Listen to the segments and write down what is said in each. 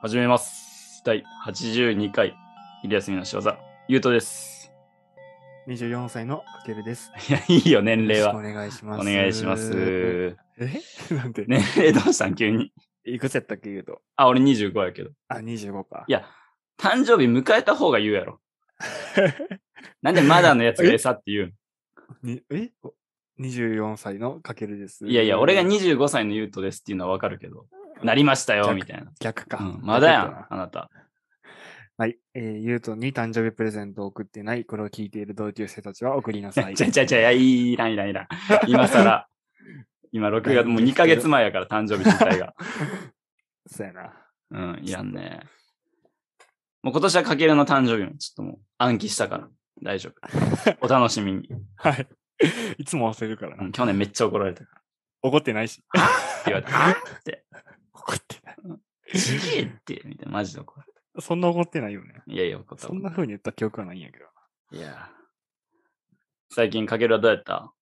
始めます。第82回、昼休みの仕業、ゆうとです。 24歳のかけるです。いや、いいよ、年齢よろは。しくお願いします。お願いしま。す。え なんで、年齢どうしたん急に。いくつやったっけ言うと。あ、俺25やけど。あ、25か。いや、誕生日迎えた方が言うやろ。なんでまだのやつが餌って言うにえお ?24 歳のかけるです。のいやいや、俺が25歳のゆうとですっていうのはわかるけど、なりましたよ、みたいな。逆か。うん、まだや逆ん、なあなた。はい。えー、ゆうとに誕生日プレゼントを送ってない、これを聞いている同級生たちは送りなちさゃい。 ちゃちゃちゃ、いやいらんいらんいらん。今更。今6月、もう2ヶ月前やから、誕生日自体が。そうやな。うん、いらんね。もう今年はかけるの誕生日もちょっともう暗記したから大丈 夫。お楽しみに。はい。 いつも忘れるからうな。ん去年めっちゃ怒られたか怒ってないし。ら。って言われた。あ って。怒ってない。ちげえって。みたいな。マジで怒られ そんな怒ってないよね。た。いやいや、怒ったそ。んな風に言った記憶はないんやけど。いや。最近かけるはどうやった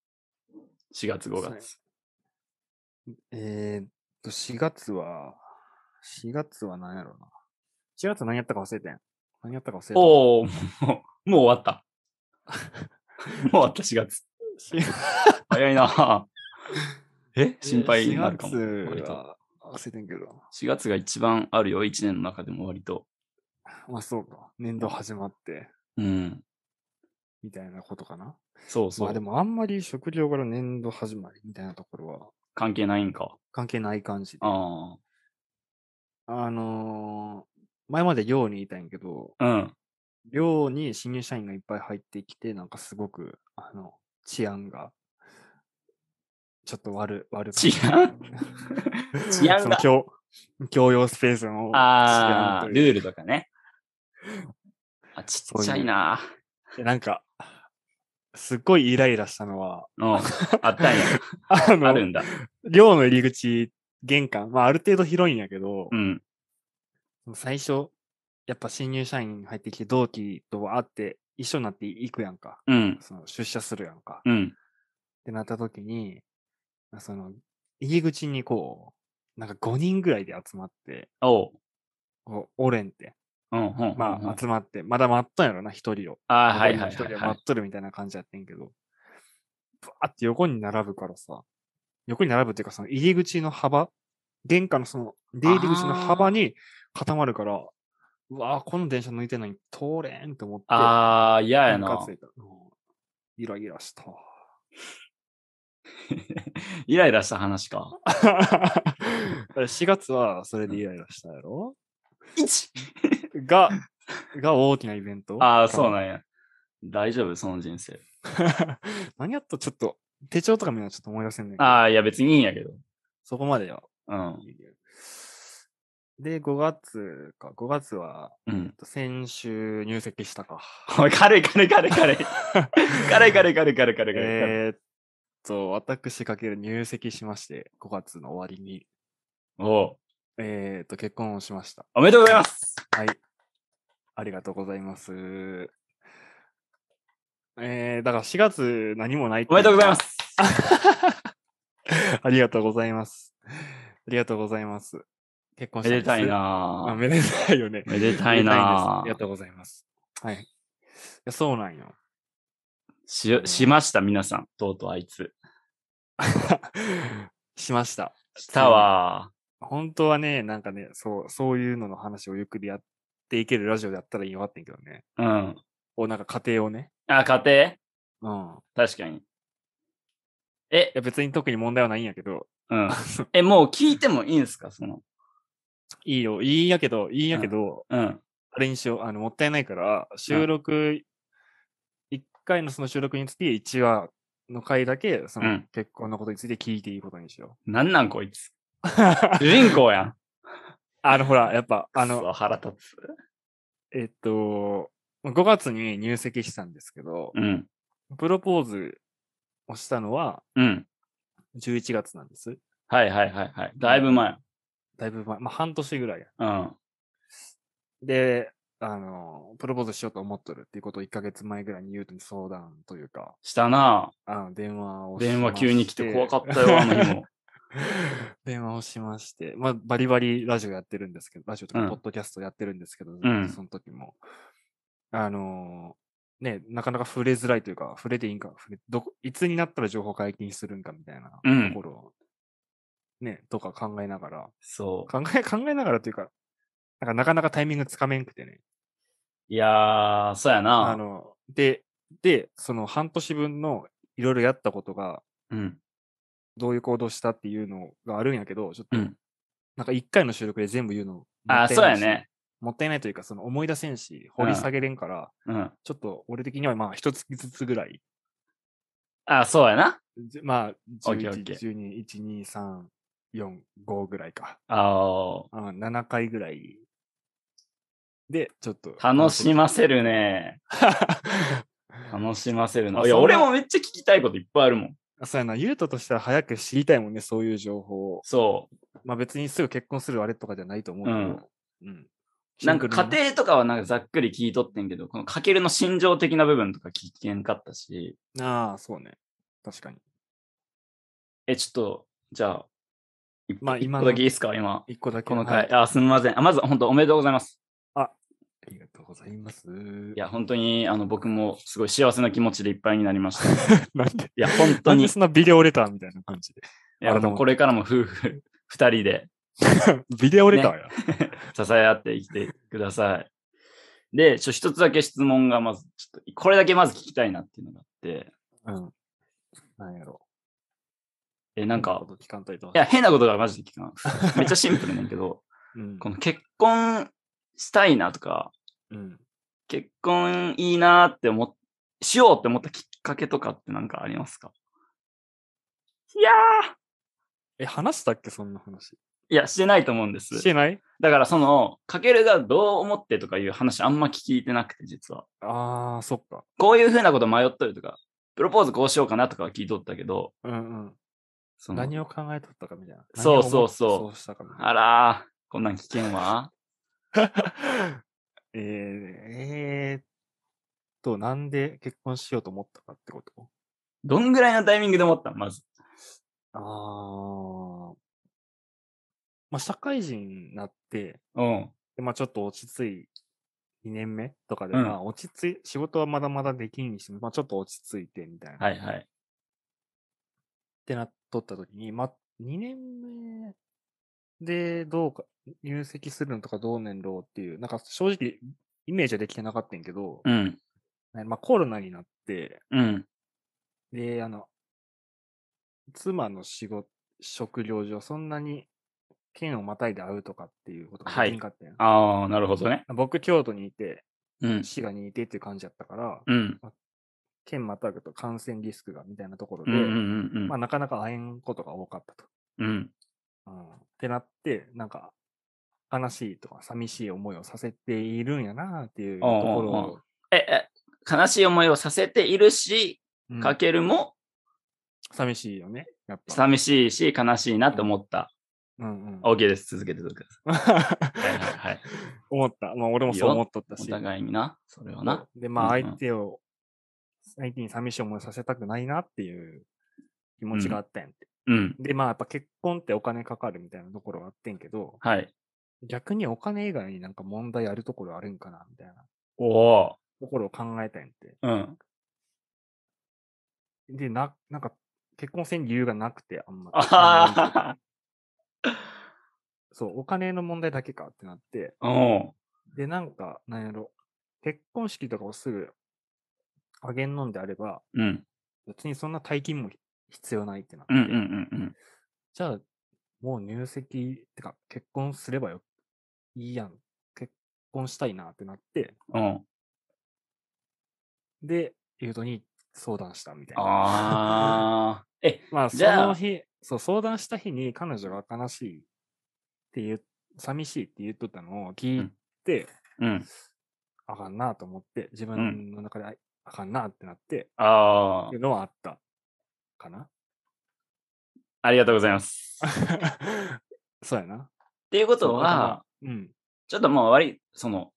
?4 月、5月。えー、っと、4月は、4月は何やろうな。4月何やったか忘れてん。何やったか忘れてん。おおもう、もう終わ った。もう終わった、4月。し早いなえ心配になるかも。 4割月とは忘れてんけど。 4月が一番あるよ、1年の中でも割と。まあそうか。年度始まって、うん。みたいなことかな。そうそまうあで。もあんまり食料から年度始まりみたいなところは関係ないんか。関係ない感じで。あ、あのー前まで寮にいたんやけど、あ。うん。寮に新入社員がいっぱい入ってきて、なんかすごく、あの、治安が、ちょっと悪、悪かった治 安治安そがの共、共用スペースのああ、治安とルいうールとかね。あ、ちっちゃいな。でなんか、すっごいイライラした のは、うん。あった んや。ああのる、んだ。寮の入り口、玄関、まあある程度広いんやけどう、ん。最初、やっぱ新入社員入ってきて、同期と会って、一緒になって行くやんか。うん。その出社するやんか。うん。ってなった時に、まあその、入り口にこう、なんか5人ぐらいで集まって、おう。こうおれんって、うん。うん。まうんあ集まって、まだ待っとんやろな、一人を。あー残はりいのはい一はい人をは待いっ。とるみたいな感じやってんけど、バーって横に並ぶからさ、横に並ぶっていうか、その入り口の幅、玄関のその出入り口の幅に固まるから、うわーこの電車抜いてんのに通れんって思って、ああ、嫌やムカなつ。いた。うんイライラした。イライラした話か。 4月はそれでイライラしたやろ一が、が大きなイベントああ、そうなんや。大丈夫その人生。 何やったちょっと、手帳とか見るのちょっと思い出せんねんけど。ああ、いや別にいいんやけど。そこまでよ。うん。で、5月か、5月は、うん。先週入籍し たか。おい、軽い軽い軽い 軽い。軽い軽い軽い軽い軽い軽い。えーっと、私かける入籍しまして、5月の終わりに、おう。えーっと、結婚をしました。おめでとうございます。はい。ありがとうございます。えー、だから4月何もないっておめでとうございま。す。ありがとうございます。ありがとうございます。結婚しめたんでですたいあ、なぁめでたいよね。めでたいなめでたいんですありがとうございます。はい。いやそうなんよ。 し、しました、皆さん。とうとうあいつ。しました。したわ本当はね、なんかね、そう、そういうのの話をゆっくりやっていけるラジオでやったらいいよかったんやけどね。ー。うん。お、なんか家庭をね。あ、家庭うん。い確かに。え、や、別に特に問題はないんやけど、 うん。え、もう聞いてもいいんすかその。いいよ、いいんやけど、いいんやけど、うん。あれにしよう、あの、もったいないから、収録、1回のその収録につき1話の回だけ、そうのん結婚のことについて聞いていいことにしよなんなんこい つ。 う。主人公やん。あの、ほら、やっぱ、あくの、そ、腹立つ。えっと、5月に入籍したんですけど、うん。プロポーズをしたのはうん。 11月なんです。はいはいはいはい。だいぶ前。だいぶ前、まあ半年ぐらい。うん。で、あの、プロポーズしようと思っとるっていうことを1ヶ月前ぐらいに言うとに相談というか、したなあの電話をぁ電話急に来て怖かっ ったよ、あの日も。電話をしまして、まあ、バリバリラジオやってるんですけど、ラジオとうか、んポッドキャストやってるんですけど、んその時も、あのーね、なかなか触れづらいというか、触れていいんか、触れどこいつになったら情報解禁するんかみたいなうんところを、ね、とか考えながら、そう。考え、 考えながらというか、なんかなかなかタイミングつかめんくてね。いやー、そうやな。あの、で、で、その半年分のいろいろやったことが、うん。どういう行動したっていうのがあるんやけど、ちょっと、うんなんか一回の収録で全部言うのもったいあなー、いしそうやね。もったいないというか、その思い出せんし、掘り下げれんから、うん。ちょっと俺的にはまあ一月ずつぐらい、あー、そうやな。じまあ、オッケーオ11、ッケー12、1、2、3、4、5ぐらいか。ああ7回ぐらい。で、ちょっと。ー、楽しませるね。ね。楽しませるな。まあいや、そんな俺もめっちゃ聞きたいこといっぱいあるもん。そうやな、ゆうととしては早く知りたいもんね、そういう情報を。そまあ別にすぐ結婚するあれとかじゃないと思うけど。うん。う。なんか家庭とかはなんかざっくり聞いとってんけど、このかけるの心情的な部分とか聞けんかったし、庭。ああ、そうね。確かに。え、ちょっと、じゃあ、一まあ一今個のだけいいっすか、今。一個だけ。このは回。いああ、すみません。あまず、本当おめでとうございます。りがとうございます。いや、本当に、あの、僕もすごい幸せな気持ちでいっぱいになりました。い なんで、や、本当な んに。でいそんなビデオレターみたいな感じで。 や、もうこれからも夫婦二人でビデオレターや。支え合って生きてください。で、ちょ、一つだけ質問がまず、ちょっと、これだけまず聞きたいなっていうのがあって、うん。なんやろ。え、なんか、こと聞かんといてほしいや、変なことがマジで聞かん。めっちゃシンプルなんやけど、うんこの結婚したいなとか、うん。結婚いいなって思っ、しようって思ったきっかけとかってなんかありますかいやーえ、話したっけ、そんな話。いや、してないと思うんです。してないだからその、かけるがどう思ってとかいう話あんま聞いてなくて、実は。ああ、そっか。こういうふうなこと迷っとるとか、プロポーズこうしようかなとかは聞いとったけど、うんうん。その何を考えとったかみたいな。そうそうそう何を思ってそうしたかみたいな。あらー、こんなん危険は えー、えーっと、なんで結婚しようと思ったかってことどんぐらいのタイミングで思ったのまず。ああ。まあ、社会人になって、うん。でまあ、ちょっと落ち着い、2年目とかで、うんまあ、落ち着い、仕事はまだまだできんにしても、まあ、ちょっと落ち着いてみたいな。はいはい。ってなっとった時に、ま、2年目でどうか、入籍するのとかどうねんろうっていう、なんか正直、イメージはできてなかったんやけど、うん。ねまあ、コロナになって、うん。で、あの、妻の仕事、職業上、そんなに県をまたいで会うとかっていうことがはいできんかったんやん、ああ、なるほどね。僕、京都にいて、うん。滋賀にいてっていう感じやったから、うん。県またぐと感染リスクがみたいなところうで、んうんうんうんまあ、なかなか会えんことが多かったと。うん。うん、ってなって、なんか、悲しいとか寂しい思いをさせているんやなっていうとおうおうころおえ、え、悲しい思いをさせているし、を、うんかけるも寂しいよね、やっぱ。寂しいし、悲しいなって思った。うん うん、 OK です。続けてください。はいはい はい。思った。まあ、俺もいいそうよ思っとったおし。互いにな、それはな。で、まあ、うんうん相手を、相手に寂しい思いさせたくないなっていう気持ちがあったんやって。うん。で、まあ、やっぱ結婚ってお金かかるみたいなところがあってんけど、はい。逆にお金以外になんか問題あるところあるんかなみたいなおお。ところを考えたんやって。うん。で、な、なんか、結婚せん理由がなくて、あんまあなんかはそう、お金の問題だけかってなって、はおで、なんか、なんやろ、結婚式とかをすぐ、あげんのんであれば、うん。うん別にそんな大金も必要ないってなって、うんうんうん。じゃあ、もう入籍、ってか、結婚すればよ、いいやん。結婚したいなってなって、うん。で、ゆうとに相談したみたいな。ああ。え、まあ、そじゃあの日、そう、相談した日に彼女が悲しいって言う、寂しいって言っとったのを聞いて、うん。あかんなと思って、自分の中でああかんなってなって、ああってい。うのはあったかな。 ありがとうございます。っそうやな。ていうことそうだからは、うん。ちょっともう割り、その、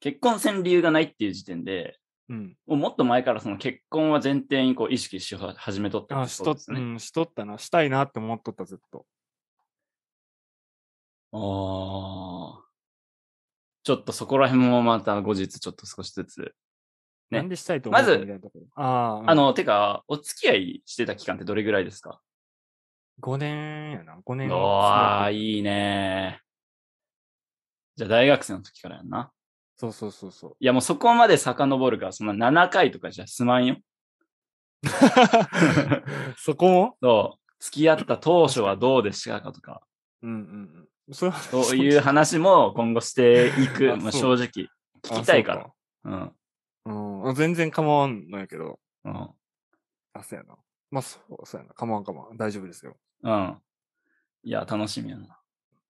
結婚せん理由がないっていう時点で、うん。もうもっと前からその結婚は前提にこう意識しは始めとったあ、しと人っで、すね。うん、しとったな。したいなって思っとった、ずっと。ああ。ちょっとそこら辺もまた後日ちょっと少しずつ。ねなんでしたいと思ったみたいなところ。ああ、あ、の、てか、お付き合いしてた期間ってどれぐらいですか5年やな、5年。ああ、いいね。じゃあ大学生の時からやんな。そうそうそうそう。いやもうそこまで遡るから、そんな7回とかじゃすまんよ。 そこもそう。付き合った当初はどうでしたかとか、うんうんうん。 そうそういう話も今後していく、 あまあ、そ正う直、聞きたいから。。うあそううん。全然構わんのやけど。ん。うん。あ、そうやな。まあ、そう、そうやな。構わん構わん。大丈夫ですよ。うん。いや、楽しみやな。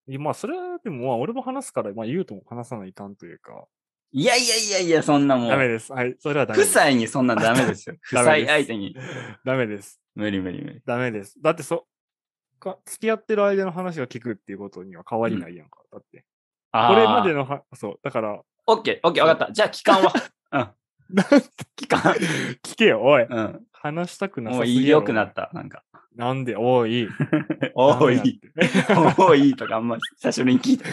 いやまあ、それはでも、まあ、俺も話すから、まあ、言うとも話さないかんというか。いやいやいやいや、そんなもダメう。です。はい、それはダ夫メです。妻にそんなんダメですよ。夫 ダメ妻です相手に。ダメです。無理無理無理。ダメです。だってそ、か付き合ってる間の話を聞くっていうことには変わりないやんか。だって。あこれまでの。のは、そう、だから、 オッケー、オッケー、わかった。じゃあ、期間は。うん。期間。聞けよ、おい。うん。 話したくなさもすうぎいいやろよくなった。なんか。なんで、おい。 お ダメやっい、て。おいとか、あんま久しぶりに聞いた。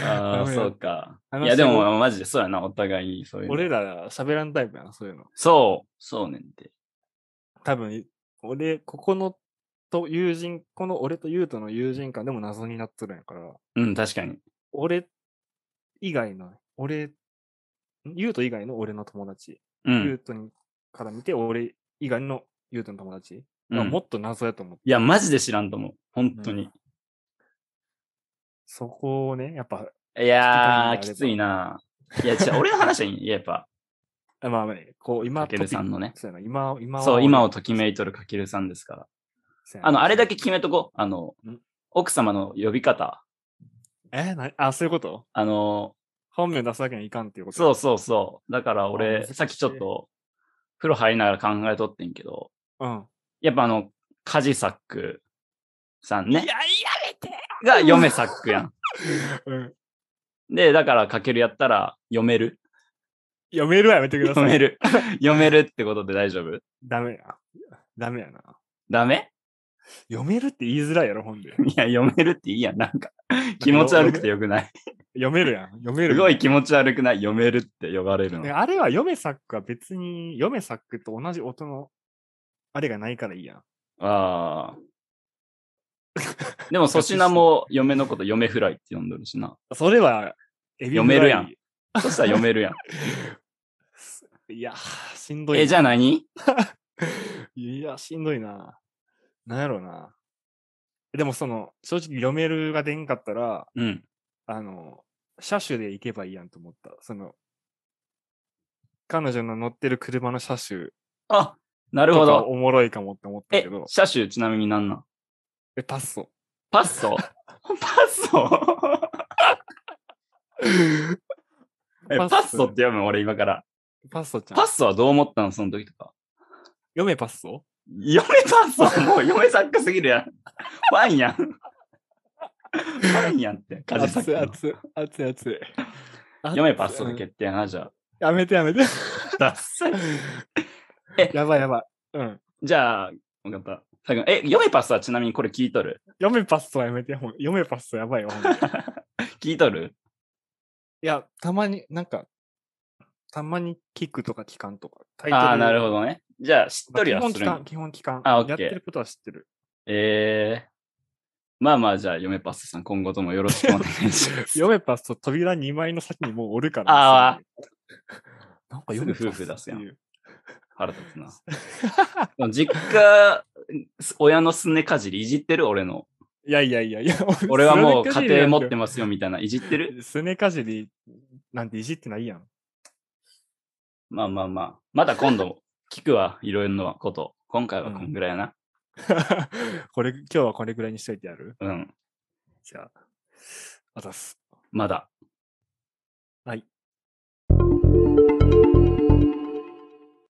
あ ダあ、メやそうか。あいのや、でも、マジでそうやな、お互い、そういうの。俺ら喋らんタイプやな、そういうの。そう、そうねんて。多分、俺、ここの、と友人、この俺と優斗の友人間でも謎になっとるんやから、うん、確かに。俺以外の、俺、優斗以外の俺の友達、う優ん。斗にから見て、俺以外の優斗の友達、うまあんもっと謎やと思って、いや、マジで知らんと思う。本当に。そこをね、やっぱ、いやー、聞ききたついいんな。いや、違う、俺の話はい い。やっぱ、あまあまあね、こう、今かけるさんのねトピックそうやな今、今そう、今をときめいいとるかけるさんですから。あの、あれだけ。決めとこう。あのうん、奥様の呼び方。えなあ、そういうことあの、本名出すわけにはいかんっていうことそうそうそう。だからあ難俺し、いさっきちょっと、風呂入りながら考えとってんけど、う。うん。やっぱあの、カジサックさんいね、や、やめてが嫁サックやん。うん。で、だから、かけるやったら、読める読めるはやめてくださ読い。める読めるってことで大丈夫ダメや。ダメやな。ダメ読めるって言いづらいやろ、本で。いや、読めるっていいやん。なんか、気持ち悪くてよくない。読める やん。読める。すごい気持ち悪くない。読めるって呼ばれるのね。あれは嫁サックは別に、嫁サックと同じ音の、あれがないからいいやん。ああ。でも粗品も嫁のこと嫁フライって呼んどるしな。それは、エビ読フライめるやん。そしたら読め るやん。いや、しんどいな。え、じゃあ何 いや、しんどいな。なんやろうな。でもその、正直読めるが出んかったら、うん。あの、車種で行けばいいやんと思った。その、彼女の乗ってる車の車種あ、なるとほかど。おもろいかもって思ったえけど、、車種ちなみに何なんえパッソ。パッソ パッ ソえ、パパッッソソって読む俺今から。パッソちゃん。パッソはどう思ったのその時とか。読めパッソ嫁パッソもう 嫁サックすぎるやん。ファンやん。ファンやんって。カジサックの。熱い熱い熱い。嫁パッソでけ決定やな、じゃあ。やめてやめ て。ダッサいやばいやばい。うん。じゃあ、分かった。最後え、嫁パスはちなみにこれ聞いとる読めパッソはやめて。ほん読めパッソやばいよ。ほんまにい聞いとるや、たまに、なんか、たまに聞くとか聞かんとか。タイトルああ、なるほどね。じゃあ、知っまあとり基は本す聞るかんん、基本聞かん。あオッケーやってることは知ってる。ええまあまあ、じゃあ、嫁パスさん、今後ともよろしくお願いし ます。読めパッソ、扉2枚の先にもうおるから。あなんか読めパッソすぐ夫婦出すやんっていう腹立つな。でも 実家、親のすねかじりいじってる俺の。いやいやいやいや、俺はもう家庭持ってまますよみたいな。いじってる す。すねかじりなんていじってないやん。まあまあまあ。まだ今度聞くわ、いろいろなこと。今回はこんぐらいやな。 これ、今日はこれぐらいにしといてやるうん、じゃあ、あざっす。まだ。はい。